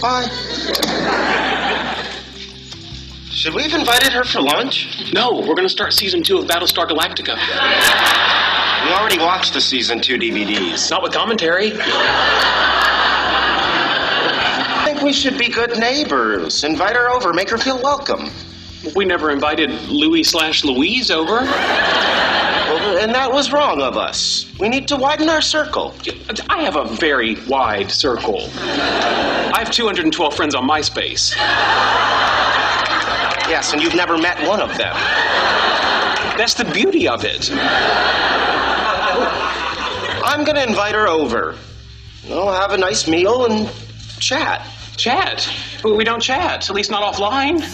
Fine. Should we have invited her for lunch? No, we're going to start season two of Battlestar Galactica. We already watched the season two DVDs. Not with commentary. I think we should be good neighbors. Invite her over, make her feel welcome. We never invited Louis slash Louise over. And that was wrong of us. We need to widen our circle. I have a very wide circle. I have 212 friends on MySpace. Yes, and you've never met one of them. That's the beauty of it. I'm gonna invite her over. We'll have a nice meal and chat. Chat. But we don't chat, at least not offline.